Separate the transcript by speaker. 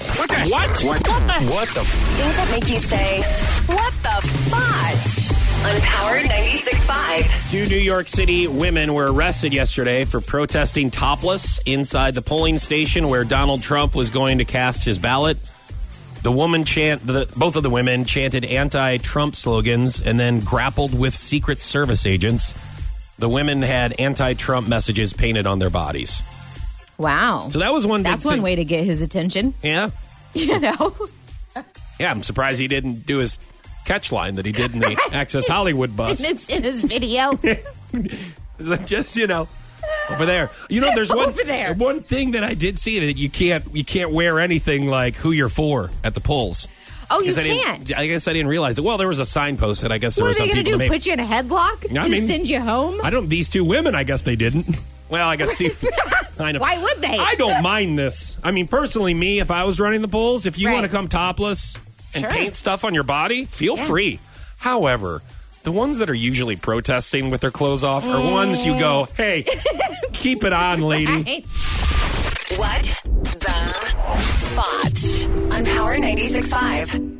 Speaker 1: What? What? What the? What the? F-
Speaker 2: Things that make you say, what the fudge? On Power 96.5.
Speaker 1: Two New York City women were arrested yesterday for protesting topless inside the polling station where Donald Trump was going to cast his ballot. The woman chant, the, both of the women chanted anti-Trump slogans and then grappled with Secret Service agents. The women had anti-Trump messages painted on their bodies.
Speaker 3: Wow.
Speaker 1: So that was one. big
Speaker 3: That's one
Speaker 1: thing.
Speaker 3: way to get his attention.
Speaker 1: Yeah,
Speaker 3: You know?
Speaker 1: yeah. I'm surprised he didn't do his catch line that he did in the Access Hollywood bus.
Speaker 3: And it's in his video.
Speaker 1: It's like, just you know, over there. You know, there's one
Speaker 3: Over there.
Speaker 1: one thing that I did see that you can't you can't wear anything like who you're for at the polls.
Speaker 3: Oh, you
Speaker 1: Because I didn't-
Speaker 3: can't.
Speaker 1: I guess I didn't realize it. Well, there was a signpost, and I guess there
Speaker 3: what
Speaker 1: was some
Speaker 3: are they going to
Speaker 1: people
Speaker 3: do?
Speaker 1: that made-
Speaker 3: Put you in a headlock
Speaker 1: I
Speaker 3: to
Speaker 1: mean-
Speaker 3: send you home?
Speaker 1: I don't. These two women, I guess they didn't. Well, I guess see. I know.
Speaker 3: Why would they?
Speaker 1: I don't mind this. I mean, personally, me, if I was running the polls, if you
Speaker 3: Right.
Speaker 1: want to come topless and
Speaker 3: Sure.
Speaker 1: paint stuff on your body, feel
Speaker 3: Yeah.
Speaker 1: free. However, the ones that are usually protesting with their clothes off are
Speaker 3: Mm.
Speaker 1: ones you go, hey, keep it on, lady.
Speaker 3: Right?
Speaker 2: What the fudge? On Power 96.5.